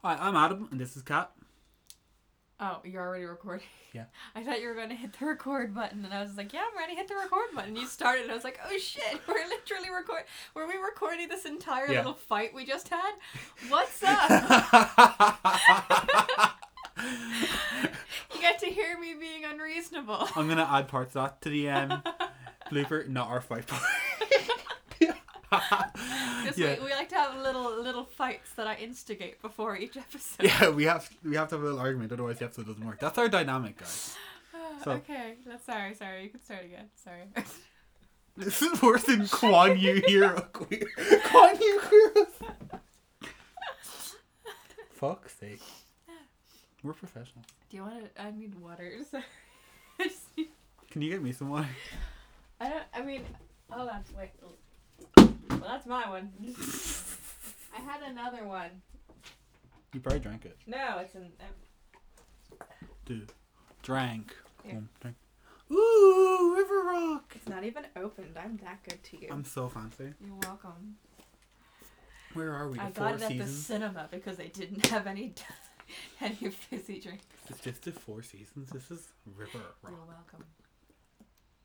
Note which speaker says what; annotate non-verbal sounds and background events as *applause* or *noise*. Speaker 1: Hi, I'm Adam, and this is *laughs* Kat.
Speaker 2: Oh, you're already recording.
Speaker 1: Yeah.
Speaker 2: *laughs* I thought you were going to hit the record button, and I was like, "Yeah, I'm ready. Hit the record button." You started, and I was like, "Oh shit, *laughs* we're literally record. Were we recording this entire
Speaker 1: Yeah.
Speaker 2: little fight we just had? What's up? *laughs* you get to hear me being unreasonable." *laughs*
Speaker 1: I'm gonna add parts of that to the um, blooper, not our fight part.
Speaker 2: This
Speaker 1: yeah,
Speaker 2: week we like to have little little fights that I instigate before each
Speaker 1: *laughs*
Speaker 2: episode.
Speaker 1: yeah, we have we have to have a little argument, otherwise the episode doesn't work. That's our dynamic, *laughs* guys.
Speaker 2: *laughs*
Speaker 1: so-
Speaker 2: Okay, that's sorry, sorry. You can start again. Sorry. *laughs*
Speaker 1: This is worse than Quan Yu Hero Queer. *laughs* Quan Yu Hero. Fuck's sake. We're professional.
Speaker 2: Do you want to? I need water. *laughs* Sorry. I just need-
Speaker 1: Can you get me some water?
Speaker 2: I don't. I mean, hold on. Wait. Well, that's my one. I had another one.
Speaker 1: You probably drank it.
Speaker 2: No, it's an.
Speaker 1: Dude. Drank.
Speaker 2: Here.
Speaker 1: Um, drank. Ooh, River Rock.
Speaker 2: It's not even opened. I'm that good to you.
Speaker 1: I'm so fancy.
Speaker 2: You're welcome.
Speaker 1: Where are we? The
Speaker 2: I
Speaker 1: four
Speaker 2: got it at the
Speaker 1: seasons.
Speaker 2: cinema because they didn't *laughs* have any any fizzy drink.
Speaker 1: It's just the four seasons. This is River
Speaker 2: You're
Speaker 1: Rock.
Speaker 2: welcome.